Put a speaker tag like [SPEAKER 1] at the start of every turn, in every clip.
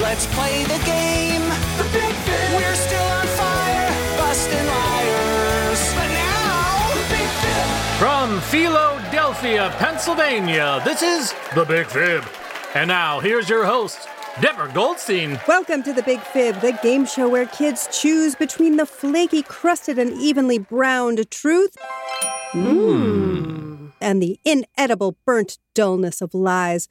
[SPEAKER 1] Let's play the game. The Big Fit. We're still on fire, busting liars. But now, Oh, the Big Fit.
[SPEAKER 2] From Philadelphia, Pennsylvania, this is The Big Fib. And now, here's your host, Deborah Goldstein.
[SPEAKER 3] Welcome to The Big Fib, the game show where kids choose between the flaky, crusted, and evenly browned truth mm, and the inedible, burnt dullness of lies.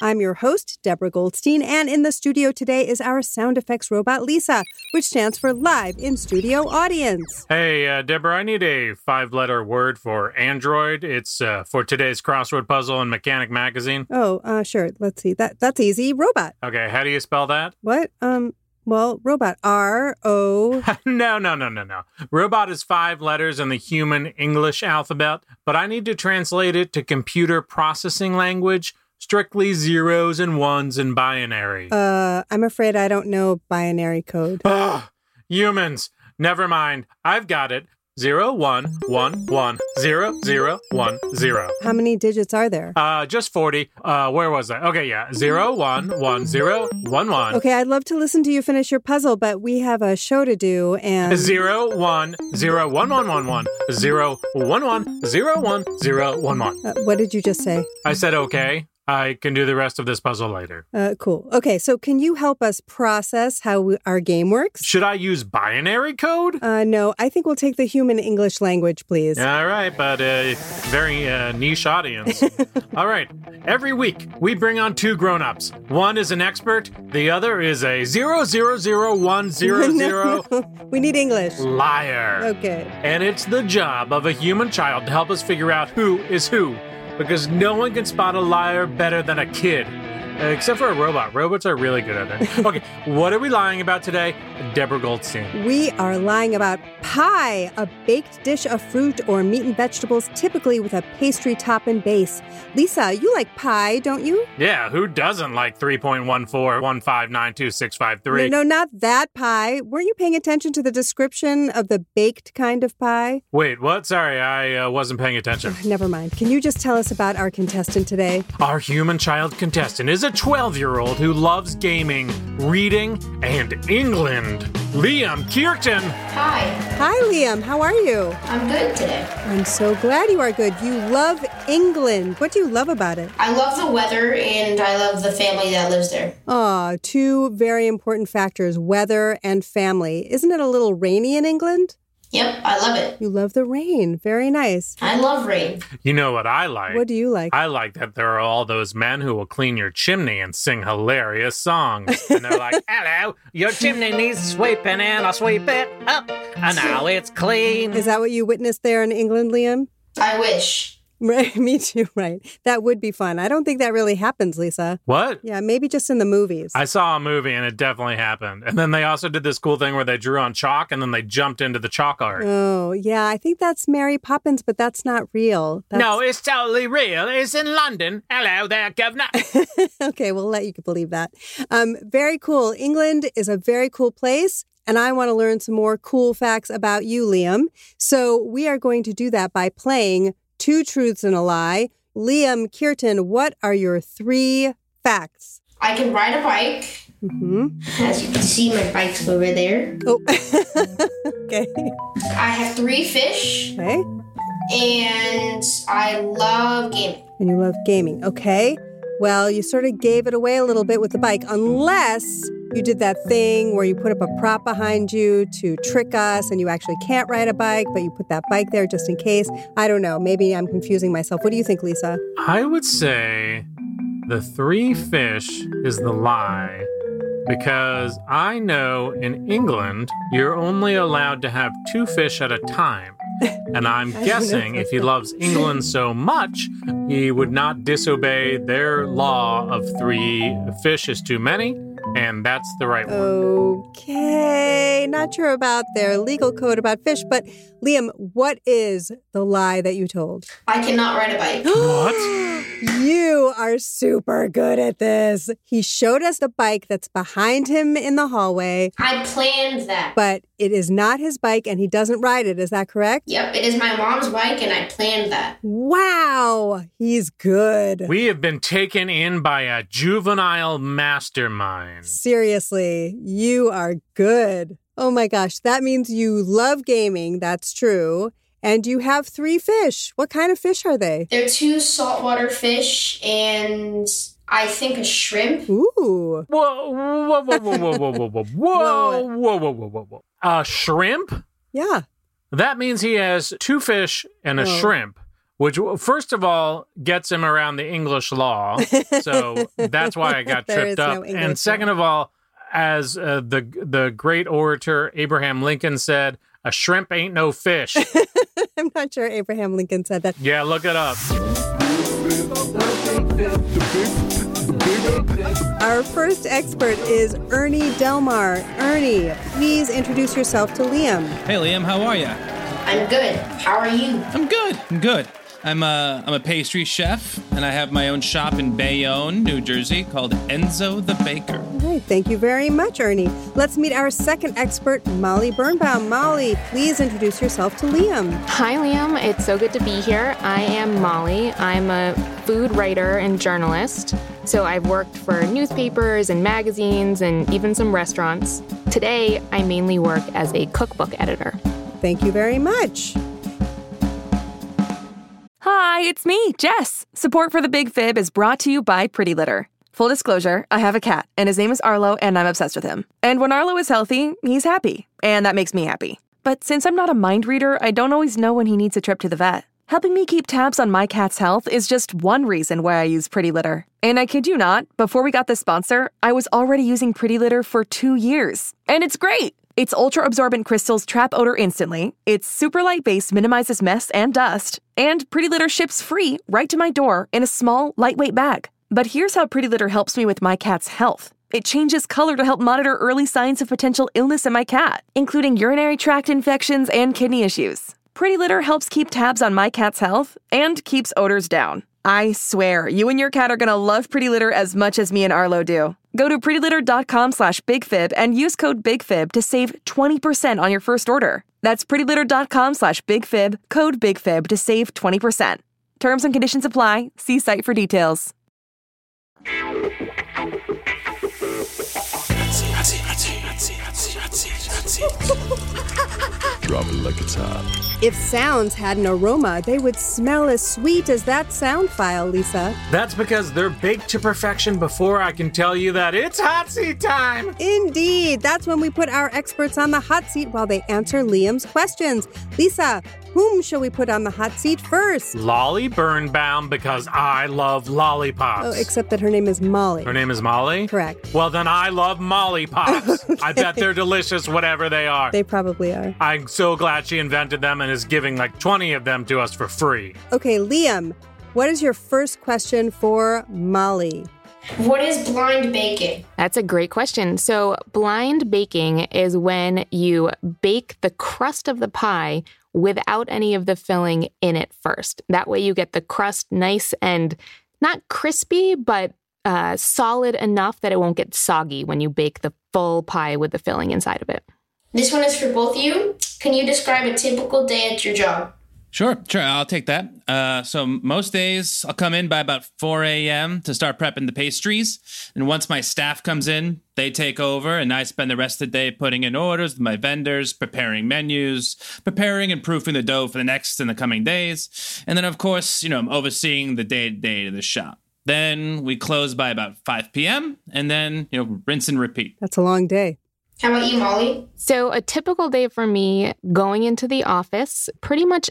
[SPEAKER 3] I'm your host, Deborah Goldstein, and in the studio today is our sound effects robot, Lisa, which stands for Live in Studio Audience.
[SPEAKER 2] Hey, uh, Deborah, I need a five letter word for Android. It's uh, for today's crossword puzzle in Mechanic Magazine.
[SPEAKER 3] Oh, uh, sure. Let's see. That that's easy. Robot.
[SPEAKER 2] Okay, how do you spell that?
[SPEAKER 3] What? Um. Well, robot. R O.
[SPEAKER 2] no, no, no, no, no. Robot is five letters in the human English alphabet, but I need to translate it to computer processing language, strictly zeros and ones and binary.
[SPEAKER 3] Uh, I'm afraid I don't know binary code.
[SPEAKER 2] Ugh, humans. Never mind. I've got it. Zero one one one zero zero one zero.
[SPEAKER 3] How many digits are there?
[SPEAKER 2] Uh, just forty. Uh, where was I? Okay, yeah, zero one one zero one one.
[SPEAKER 3] Okay, I'd love to listen to you finish your puzzle, but we have a show to do and
[SPEAKER 2] Zero one zero one one one one zero one one zero one zero one one.
[SPEAKER 3] Uh, what did you just say?
[SPEAKER 2] I said okay. I can do the rest of this puzzle later.
[SPEAKER 3] Uh, cool. Okay, so can you help us process how we, our game works?
[SPEAKER 2] Should I use binary code?
[SPEAKER 3] Uh, no, I think we'll take the human English language, please.
[SPEAKER 2] All right, but uh, very uh, niche audience. All right. Every week, we bring on two grown ups. One is an expert, the other is a zero zero zero one zero zero
[SPEAKER 3] we need English.
[SPEAKER 2] liar.
[SPEAKER 3] Okay.
[SPEAKER 2] And it's the job of a human child to help us figure out who is who, because no one can spot a liar better than a kid. Except for a robot. Robots are really good at it. Okay, what are we lying about today? Deborah Goldstein.
[SPEAKER 3] We are lying about pie, a baked dish of fruit or meat and vegetables, typically with a pastry top and base. Lisa, you like pie, don't you?
[SPEAKER 2] Yeah, who doesn't like 3.14159265?
[SPEAKER 3] No, no, not that pie. Weren't you paying attention to the description of the baked kind of pie?
[SPEAKER 2] Wait, what? Sorry, I uh, wasn't paying attention.
[SPEAKER 3] Never mind. Can you just tell us about our contestant today?
[SPEAKER 2] Our human child contestant is a 12 year old who loves gaming, reading, and England. Liam Kirkton.
[SPEAKER 4] Hi,
[SPEAKER 3] Hi, Liam. How are you?
[SPEAKER 4] I'm good today.
[SPEAKER 3] I'm so glad you are good. You love England. What do you love about it?
[SPEAKER 4] I love the weather and I love the family that lives there.
[SPEAKER 3] Ah, two very important factors weather and family. Isn't it a little rainy in England?
[SPEAKER 4] Yep, I love it.
[SPEAKER 3] You love the rain. Very nice.
[SPEAKER 4] I love rain.
[SPEAKER 2] You know what I like?
[SPEAKER 3] What do you like?
[SPEAKER 2] I like that there are all those men who will clean your chimney and sing hilarious songs. And they're like, hello, your chimney needs sweeping, and I'll sweep it up, and now it's clean.
[SPEAKER 3] Is that what you witnessed there in England, Liam?
[SPEAKER 4] I wish.
[SPEAKER 3] Right, me too, right. That would be fun. I don't think that really happens, Lisa.
[SPEAKER 2] What?
[SPEAKER 3] Yeah, maybe just in the movies.
[SPEAKER 2] I saw a movie and it definitely happened. And then they also did this cool thing where they drew on chalk and then they jumped into the chalk art.
[SPEAKER 3] oh, yeah, I think that's Mary Poppins, but that's not real. That's,
[SPEAKER 2] no, it's totally real. It's in London. Hello there, governor.
[SPEAKER 3] okay, we'll let you believe that. Um, very cool. England is a very cool place. And I want to learn some more cool facts about you, Liam. So we are going to do that by playing Two Truths and a Lie. Liam Kirtan, what are your three facts?
[SPEAKER 4] I can ride a bike.
[SPEAKER 3] hmm
[SPEAKER 4] As you can see, my bike's over there.
[SPEAKER 3] Oh, okay.
[SPEAKER 4] I have three fish
[SPEAKER 3] Okay.
[SPEAKER 4] and I love gaming.
[SPEAKER 3] And you love gaming. Okay. Well, you sort of gave it away a little bit with the bike, unless you did that thing where you put up a prop behind you to trick us and you actually can't ride a bike, but you put that bike there just in case. I don't know. Maybe I'm confusing myself. What do you think, Lisa?
[SPEAKER 2] I would say the three fish is the lie because I know in England you're only allowed to have two fish at a time. And I'm guessing if he loves England so much, he would not disobey their law of three fish is too many. And that's the
[SPEAKER 3] Uh,
[SPEAKER 2] right one.
[SPEAKER 3] Okay. Not sure about their legal code about fish, but Liam, what is the lie that you told?
[SPEAKER 4] I cannot ride a bike.
[SPEAKER 2] What?
[SPEAKER 3] You are super good at this. He showed us the bike that's behind him in the hallway,
[SPEAKER 4] I planned that.
[SPEAKER 3] but it is not his bike and he doesn't ride it. Is that correct?
[SPEAKER 4] Yep, it is my mom's bike, and I planned that.
[SPEAKER 3] Wow, he's good.
[SPEAKER 2] We have been taken in by a juvenile mastermind.
[SPEAKER 3] Seriously, you are good. Oh my gosh, that means you love gaming. That's true. And you have three fish. What kind of fish are they?
[SPEAKER 4] They're two saltwater fish, and I think a shrimp.
[SPEAKER 3] Ooh,
[SPEAKER 2] Whoa, whoa, whoa, whoa, whoa, whoa, whoa, whoa, whoa, whoa, whoa, whoa, whoa, whoa. A shrimp?
[SPEAKER 3] yeah.
[SPEAKER 2] That means he has two fish and a
[SPEAKER 3] Whoa.
[SPEAKER 2] shrimp, which, first of all, gets him around the English law. So that's why I got
[SPEAKER 3] There is
[SPEAKER 2] tripped
[SPEAKER 3] no
[SPEAKER 2] up.
[SPEAKER 3] English law.
[SPEAKER 2] and second of all, as uh, the the great orator Abraham Lincoln said, "A shrimp ain't no fish."
[SPEAKER 3] I'm not sure Abraham Lincoln said that.
[SPEAKER 2] yeah, look it up.
[SPEAKER 3] Our first expert is Ernie Delmar. Ernie, please introduce yourself to Liam.
[SPEAKER 5] Hey Liam, how are you?
[SPEAKER 4] I'm good. How are you?
[SPEAKER 5] I'm good. I'm good. I'm a I'm a pastry chef, and I have my own shop in Bayonne, New Jersey, called Enzo the Baker.
[SPEAKER 3] All right, thank you very much, Ernie. Let's meet our second expert, Molly Birnbaum. Molly, please introduce yourself to Liam.
[SPEAKER 6] Hi, Liam. It's so good to be here. I am Molly. I'm a food writer and journalist. So I've worked for newspapers and magazines and even some restaurants. Today, I mainly work as a cookbook editor.
[SPEAKER 3] Thank you very much.
[SPEAKER 7] Hi, it's me, Jess. Support for the Big Fib is brought to you by Pretty Litter. Full disclosure, I have a cat, and his name is Arlo, and I'm obsessed with him. And when Arlo is healthy, he's happy, and that makes me happy. But since I'm not a mind reader, I don't always know when he needs a trip to the vet. Helping me keep tabs on my cat's health is just one reason why I use Pretty Litter. And I kid you not, before we got this sponsor, I was already using Pretty Litter for two years, and it's great! Its ultra absorbent crystals trap odor instantly. Its super light base minimizes mess and dust. And Pretty Litter ships free right to my door in a small, lightweight bag. But here's how Pretty Litter helps me with my cat's health. It changes color to help monitor early signs of potential illness in my cat, including urinary tract infections and kidney issues. Pretty Litter helps keep tabs on my cat's health and keeps odors down. I swear, you and your cat are gonna love Pretty Litter as much as me and Arlo do. Go to prettylitter.com slash bigfib and use code bigfib to save 20% on your first order. That's prettylitter.com slash bigfib, code bigfib to save 20%. Terms and conditions apply. See site for details.
[SPEAKER 3] If sounds had an aroma, they would smell as sweet as that sound file, Lisa.
[SPEAKER 2] That's because they're baked to perfection before I can tell you that it's hot seat time.
[SPEAKER 3] Indeed, that's when we put our experts on the hot seat while they answer Liam's questions. Lisa, whom shall we put on the hot seat first?
[SPEAKER 2] Lolly Burnbaum because I love lollipops.
[SPEAKER 3] Oh, except that her name is Molly.
[SPEAKER 2] Her name is Molly?
[SPEAKER 3] Correct.
[SPEAKER 2] Well, then I love Molly Pops. I bet they're delicious, whatever they are.
[SPEAKER 3] They probably are.
[SPEAKER 2] I'm so glad she invented them and is giving like 20 of them to us for free.
[SPEAKER 3] Okay, Liam, what is your first question for Molly?
[SPEAKER 4] What is blind baking?
[SPEAKER 6] That's a great question. So, blind baking is when you bake the crust of the pie without any of the filling in it first. That way, you get the crust nice and not crispy, but uh, solid enough that it won't get soggy when you bake the full pie with the filling inside of it.
[SPEAKER 4] This one is for both of you. Can you describe a typical day at your job?
[SPEAKER 5] Sure, sure, I'll take that. Uh, so most days I'll come in by about 4 a.m. to start prepping the pastries, and once my staff comes in, they take over, and I spend the rest of the day putting in orders with my vendors, preparing menus, preparing and proofing the dough for the next and the coming days, and then of course, you know, I'm overseeing the day to day of the shop. Then we close by about 5 p.m., and then you know, rinse and repeat.
[SPEAKER 3] That's a long day.
[SPEAKER 4] How about you, Molly?
[SPEAKER 6] So, a typical day for me going into the office, pretty much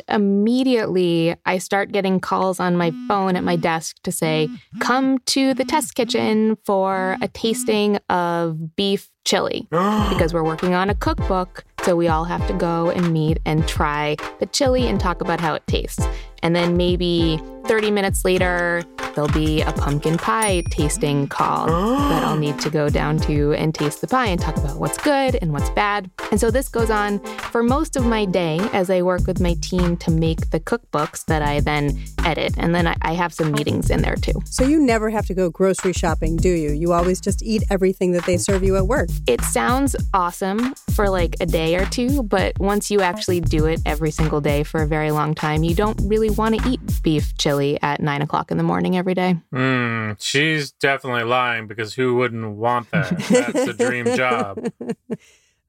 [SPEAKER 6] immediately, I start getting calls on my phone at my desk to say, come to the test kitchen for a tasting of beef chili because we're working on a cookbook. So, we all have to go and meet and try the chili and talk about how it tastes. And then maybe 30 minutes later, there'll be a pumpkin pie tasting call that I'll need to go down to and taste the pie and talk about what's good and what's bad. And so this goes on for most of my day as I work with my team to make the cookbooks that I then edit. And then I, I have some meetings in there too.
[SPEAKER 3] So you never have to go grocery shopping, do you? You always just eat everything that they serve you at work.
[SPEAKER 6] It sounds awesome for like a day or two, but once you actually do it every single day for a very long time, you don't really want to eat beef chili at nine o'clock in the morning every day.
[SPEAKER 2] Mm, she's definitely lying because who wouldn't want that? That's a dream job.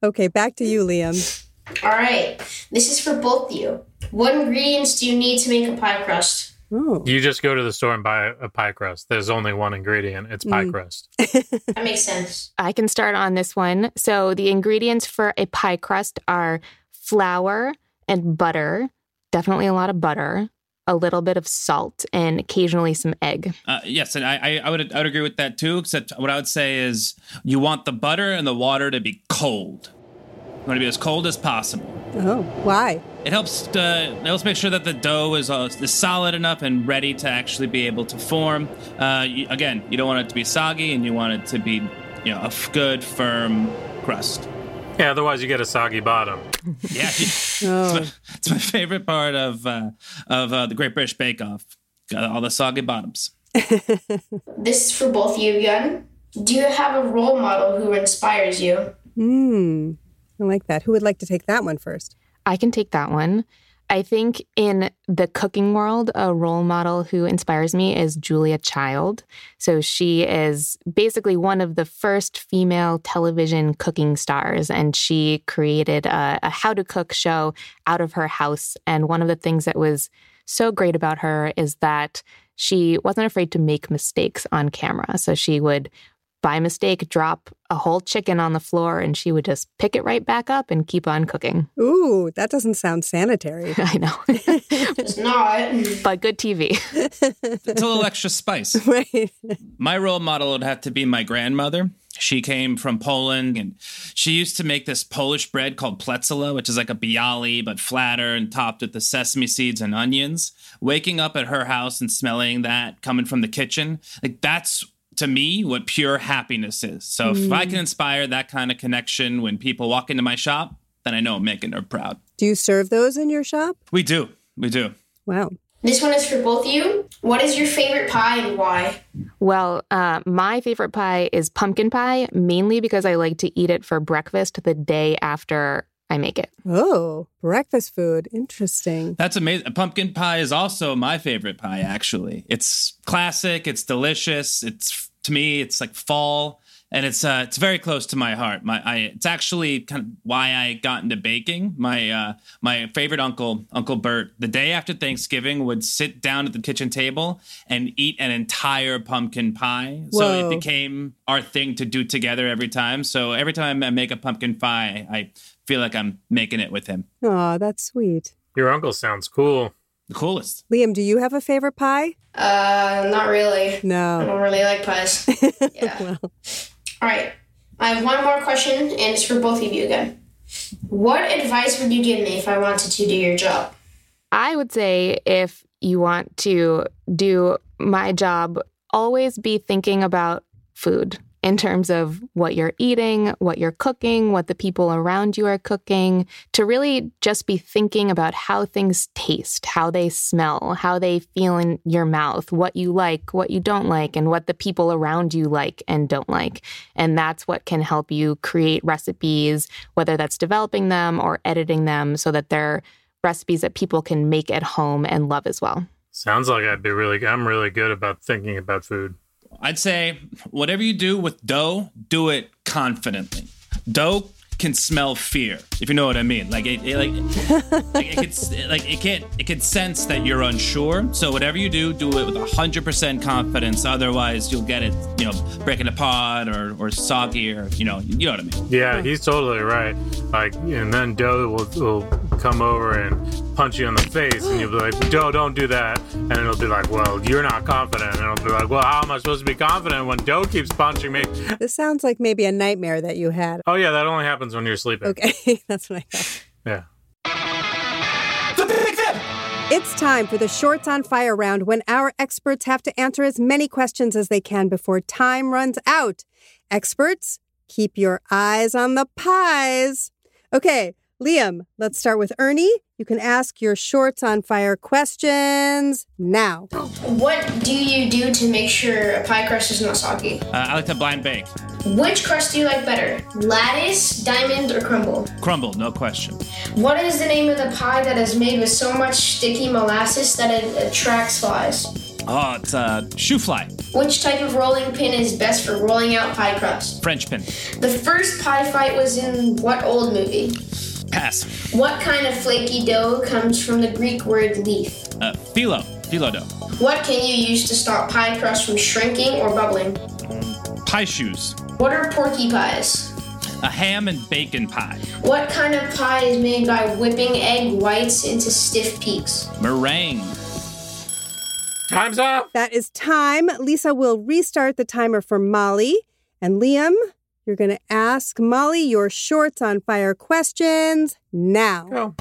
[SPEAKER 3] Okay, back to you, Liam.
[SPEAKER 4] All right, this is for both of you. What ingredients do you need to make a pie crust?
[SPEAKER 3] Oh,
[SPEAKER 2] You just go to the store and buy a pie crust. There's only one ingredient. It's
[SPEAKER 3] Mm.
[SPEAKER 2] pie crust.
[SPEAKER 4] That makes sense.
[SPEAKER 6] I can start on this one. So the ingredients for a pie crust are flour and butter, definitely a lot of butter, a little bit of salt, and occasionally some egg.
[SPEAKER 5] Uh, yes, and I, I, I would I would agree with that too. Except what I would say is you want the butter and the water to be cold. You want to be as cold as possible.
[SPEAKER 3] oh, why?
[SPEAKER 5] It helps uh, it helps make sure that the dough is uh, is solid enough and ready to actually be able to form. Uh, you, again, you don't want it to be soggy, and you want it to be you know a f- good firm crust.
[SPEAKER 2] Yeah, otherwise you get a soggy bottom.
[SPEAKER 5] Yeah, it's
[SPEAKER 3] Oh,
[SPEAKER 5] my, it's my favorite part of uh, of uh, the Great British Bake Off. Got all the soggy bottoms.
[SPEAKER 4] This is for both of you again. Do you have a role model who inspires you?
[SPEAKER 3] hmm. I like that. Who would like to take that one first?
[SPEAKER 6] I can take that one. I think in the cooking world, a role model who inspires me is Julia Child. So she is basically one of the first female television cooking stars, and she created a, a how to cook show out of her house. And one of the things that was so great about her is that she wasn't afraid to make mistakes on camera. So she would by mistake drop a whole chicken on the floor and she would just pick it right back up and keep on cooking.
[SPEAKER 3] Ooh, that doesn't sound sanitary.
[SPEAKER 6] I know.
[SPEAKER 4] It's not.
[SPEAKER 6] but good TV.
[SPEAKER 5] It's a little extra spice.
[SPEAKER 3] right.
[SPEAKER 5] My role model would have to be my grandmother. She came from Poland and she used to make this Polish bread called pletzela, which is like a bialy but flatter and topped with the sesame seeds and onions. Waking up at her house and smelling that coming from the kitchen, like that's to me what pure happiness is. So if I can inspire that kind of connection when people walk into my shop, then I know I'm making her proud.
[SPEAKER 3] Do you serve those in your shop?
[SPEAKER 5] We do. We do.
[SPEAKER 3] Wow.
[SPEAKER 4] This one is for both of you. What is your favorite pie and why?
[SPEAKER 6] Well, uh, my favorite pie is pumpkin pie, mainly because I like to eat it for breakfast the day after I make it.
[SPEAKER 3] Oh, breakfast food. Interesting.
[SPEAKER 5] That's amazing. Pumpkin pie is also my favorite pie, actually. It's classic, it's delicious, it's to me, it's like fall. And it's uh, it's very close to my heart. My I, it's actually kind of why I got into baking. My uh, my favorite uncle, Uncle Bert, the day after Thanksgiving would sit down at the kitchen table and eat an entire pumpkin pie. So
[SPEAKER 3] Whoa.
[SPEAKER 5] it became our thing to do together every time. So every time I make a pumpkin pie, I feel like I'm making it with him.
[SPEAKER 3] Aw, that's sweet.
[SPEAKER 2] Your uncle sounds cool.
[SPEAKER 5] The coolest.
[SPEAKER 3] Liam, do you have a favorite pie?
[SPEAKER 4] Uh, not really. I
[SPEAKER 3] No.
[SPEAKER 4] don't really like pies. Yeah. All right. I have one more question, and it's for both of you again. What advice would you give me if I wanted to do your job?
[SPEAKER 6] I would say if you want to do my job, always be thinking about food in terms of what you're eating, what you're cooking, what the people around you are cooking, to really just be thinking about how things taste, how they smell, how they feel in your mouth, what you like, what you don't like, and what the people around you like and don't like. And that's what can help you create recipes, whether that's developing them or editing them so that they're recipes that people can make at home and love as well.
[SPEAKER 2] Sounds like I'd be really I'm really good about thinking about food.
[SPEAKER 5] I'd say whatever you do with dough, do it confidently. Dough can smell fear, if you know what I mean. Like it, it like, like it can, s- like it can it can sense that you're unsure. So whatever you do, do it with hundred percent confidence. Otherwise, you'll get it, you know, breaking apart or or soggy or you know, you know what I mean.
[SPEAKER 2] Yeah, he's totally right. Like, and then Doe will, will come over and punch you in the face, and you'll be like, Doe, don't do that. And it'll be like, well, you're not confident. And it'll be like, well, how am I supposed to be confident when Doe keeps punching me?
[SPEAKER 3] This sounds like maybe a nightmare that you had.
[SPEAKER 2] Oh, yeah, that only happens when you're sleeping.
[SPEAKER 3] Okay, that's what I thought.
[SPEAKER 2] Yeah.
[SPEAKER 1] The Big Fib!
[SPEAKER 3] It's time for the Shorts on Fire round when our experts have to answer as many questions as they can before time runs out. Experts, keep your eyes on the pies. Okay, Liam, let's start with Ernie. You can ask your Shorts on Fire questions now.
[SPEAKER 4] What do you do to make sure a pie crust is not soggy?
[SPEAKER 5] Uh, I like to blind bake.
[SPEAKER 4] Which crust do you like better? Lattice, diamond, or crumble?
[SPEAKER 5] Crumble, no question.
[SPEAKER 4] What is the name of the pie that is made with so much sticky molasses that it attracts flies?
[SPEAKER 5] Oh, it's uh, shoe fly,
[SPEAKER 4] Which type of rolling pin is best for rolling out pie crust?
[SPEAKER 5] French pin.
[SPEAKER 4] The first pie fight was in what old movie?
[SPEAKER 5] Pass.
[SPEAKER 4] What kind of flaky dough comes from the Greek word leaf?
[SPEAKER 5] Uh, philo, philo dough.
[SPEAKER 4] What can you use to stop pie crust from shrinking or bubbling?
[SPEAKER 5] Pie shoes.
[SPEAKER 4] What are porky pies?
[SPEAKER 5] A ham and bacon pie.
[SPEAKER 4] What kind of pie is made by whipping egg whites into stiff peaks?
[SPEAKER 5] Meringue.
[SPEAKER 2] Time's up.
[SPEAKER 3] That is time. Lisa will restart the timer for Molly. And Liam, you're going to ask Molly your shorts on fire questions now.
[SPEAKER 2] Go.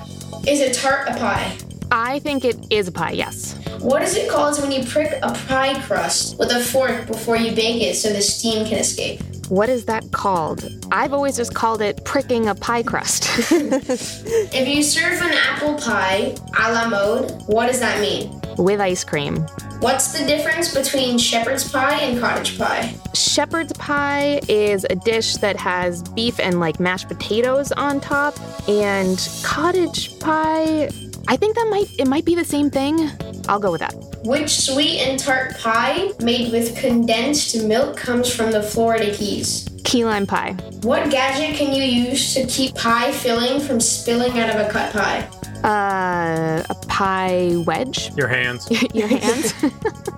[SPEAKER 4] Is a tart a pie?
[SPEAKER 6] I think it is a pie, yes.
[SPEAKER 4] What is it called when you prick a pie crust with a fork before you bake it so the steam can escape?
[SPEAKER 6] What is that called? I've always just called it pricking a pie crust.
[SPEAKER 4] If you serve an apple pie a la mode, what does that mean?
[SPEAKER 6] With ice cream.
[SPEAKER 4] What's the difference between shepherd's pie and cottage pie?
[SPEAKER 6] Shepherd's pie is a dish that has beef and like mashed potatoes on top, and cottage pie. I think that might it might be the same thing. I'll go with that.
[SPEAKER 4] Which sweet and tart pie made with condensed milk comes from the Florida Keys?
[SPEAKER 6] Key lime pie.
[SPEAKER 4] What gadget can you use to keep pie filling from spilling out of a cut pie?
[SPEAKER 6] Uh, a pie wedge.
[SPEAKER 2] Your hands.
[SPEAKER 6] Your hands.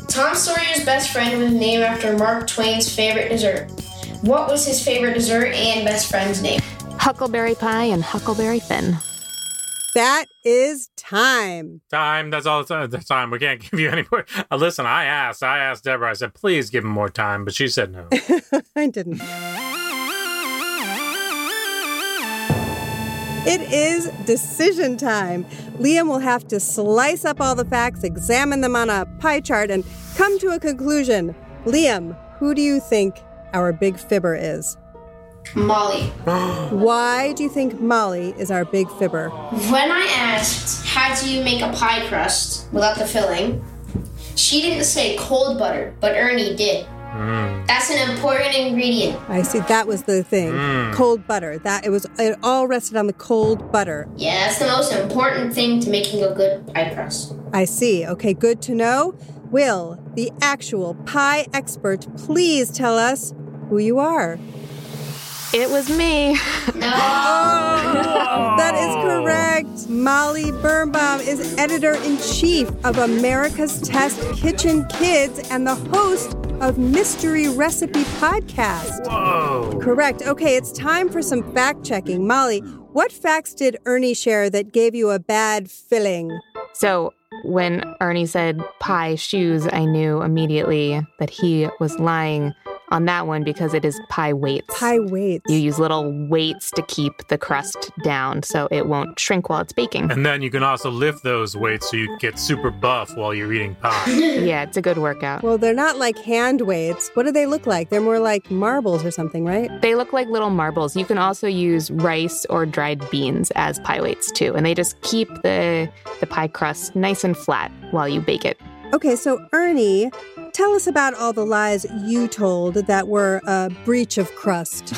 [SPEAKER 4] Tom Sawyer's best friend was named after Mark Twain's favorite dessert. What was his favorite dessert and best friend's name?
[SPEAKER 6] Huckleberry pie and Huckleberry Finn.
[SPEAKER 3] That is time.
[SPEAKER 2] Time. That's all the the time. We can't give you any more. Uh, listen, I asked. I asked Deborah. I said, please give him more time, but she said no.
[SPEAKER 3] I didn't. It is decision time. Liam will have to slice up all the facts, examine them on a pie chart, and come to a conclusion. Liam, who do you think our big fibber is?
[SPEAKER 4] Molly.
[SPEAKER 3] Why do you think Molly is our big fibber?
[SPEAKER 4] When I asked, how do you make a pie crust without the filling? She didn't say cold butter, but Ernie did. That's an important ingredient.
[SPEAKER 3] I see that was the thing. Cold butter. That it was it all rested on the cold butter.
[SPEAKER 4] Yeah, that's the most important thing to making a good pie crust.
[SPEAKER 3] I see. Okay, good to know. Will, the actual pie expert, please tell us who you are?
[SPEAKER 6] It was me.
[SPEAKER 4] No.
[SPEAKER 3] That is correct. Molly Birnbaum is editor in chief of America's Test Kitchen Kids and the host of Mystery Recipe Podcast.
[SPEAKER 2] Whoa.
[SPEAKER 3] Correct. Okay, it's time for some fact checking. Molly, what facts did Ernie share that gave you a bad filling?
[SPEAKER 6] So when Ernie said pie shoes, I knew immediately that he was lying on that one because it is pie weights.
[SPEAKER 3] Pie weights.
[SPEAKER 6] You use little weights to keep the crust down so it won't shrink while it's baking.
[SPEAKER 2] And then you can also lift those weights so you get super buff while you're eating pie.
[SPEAKER 6] Yeah, it's a good workout.
[SPEAKER 3] Well, they're not like hand weights. What do they look like? They're more like marbles or something, right?
[SPEAKER 6] They look like little marbles. You can also use rice or dried beans as pie weights too, and they just keep the the pie crust nice and flat while you bake it.
[SPEAKER 3] Okay, so Ernie, tell us about all the lies you told that were a breach of crust.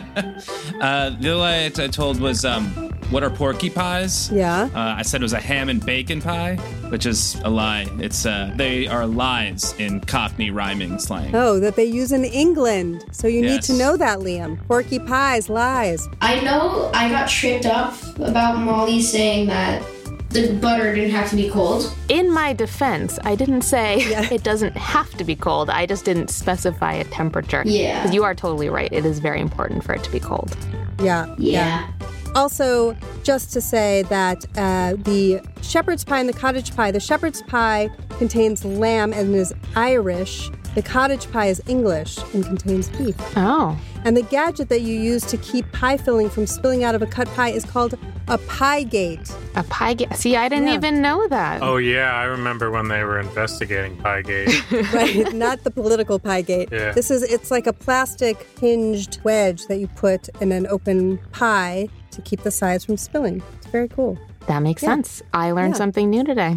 [SPEAKER 5] Uh, the lie I I told was um, what are porky pies?
[SPEAKER 3] Yeah.
[SPEAKER 5] Uh, I said it was a ham and bacon pie, which is a lie. It's uh, they are lies in Cockney rhyming slang.
[SPEAKER 3] Oh, that they use in England. So you need to
[SPEAKER 5] Yes.
[SPEAKER 3] know that, Liam. Porky pies, lies.
[SPEAKER 4] I know I got tripped up about Molly saying that the butter didn't have to be cold.
[SPEAKER 6] In my defense, I didn't say it doesn't have to be cold. I just didn't specify a temperature.
[SPEAKER 4] Yeah.
[SPEAKER 6] 'Cause you are totally right. It is very important for it to be cold.
[SPEAKER 3] Yeah.
[SPEAKER 4] Yeah.
[SPEAKER 3] Also, just to say that uh, the shepherd's pie and the cottage pie, the shepherd's pie contains lamb and is Irish, The cottage pie is English and contains beef.
[SPEAKER 6] Oh.
[SPEAKER 3] And the gadget that you use to keep pie filling from spilling out of a cut pie is called a pie gate.
[SPEAKER 6] A pie gate. See, I didn't
[SPEAKER 3] Yeah.
[SPEAKER 6] even know that.
[SPEAKER 2] Oh yeah, I remember when they were investigating Piegate.
[SPEAKER 3] right? Not the political pie gate.
[SPEAKER 2] Yeah.
[SPEAKER 3] This is it's like a plastic hinged wedge that you put in an open pie to keep the sides from spilling. It's very cool.
[SPEAKER 6] That makes sense. I learned
[SPEAKER 3] Yeah.
[SPEAKER 6] something new today.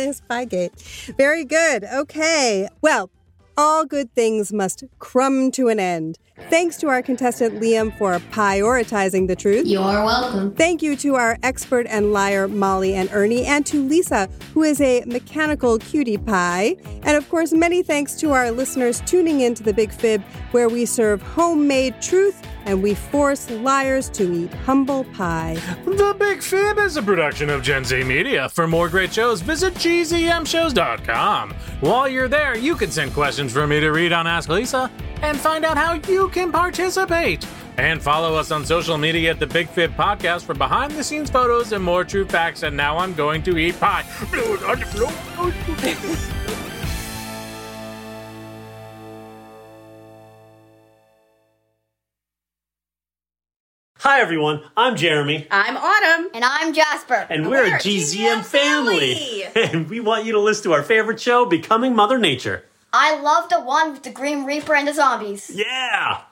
[SPEAKER 3] it's pie gate. Very good. Okay. Well, all good things must crumb to an end. Thanks to our contestant Liam for prioritizing the truth.
[SPEAKER 4] You're welcome.
[SPEAKER 3] Thank you to our expert and liar, Molly and Ernie, and to Lisa, who is a mechanical cutie pie. And of course, many thanks to our listeners tuning in to The Big Fib, where we serve homemade truth and we force liars to eat humble pie.
[SPEAKER 2] the Big Fib is a production of Gen Z Media. For more great shows, visit gzmshows.com. While you're there, you can send questions for me to read on Ask Lisa and find out how you can participate. And follow us on social media at the Big Fib Podcast for behind the scenes photos and more true facts. And now I'm going to eat pie.
[SPEAKER 8] Hi, everyone. I'm Jeremy,
[SPEAKER 1] Uh,
[SPEAKER 9] I'm Autumn.
[SPEAKER 10] And I'm Jasper.
[SPEAKER 8] and we're, a GZM, family. And we want you to listen to our favorite show, Becoming Mother Nature.
[SPEAKER 10] I love the one with the Green Reaper and the zombies.
[SPEAKER 8] Yeah!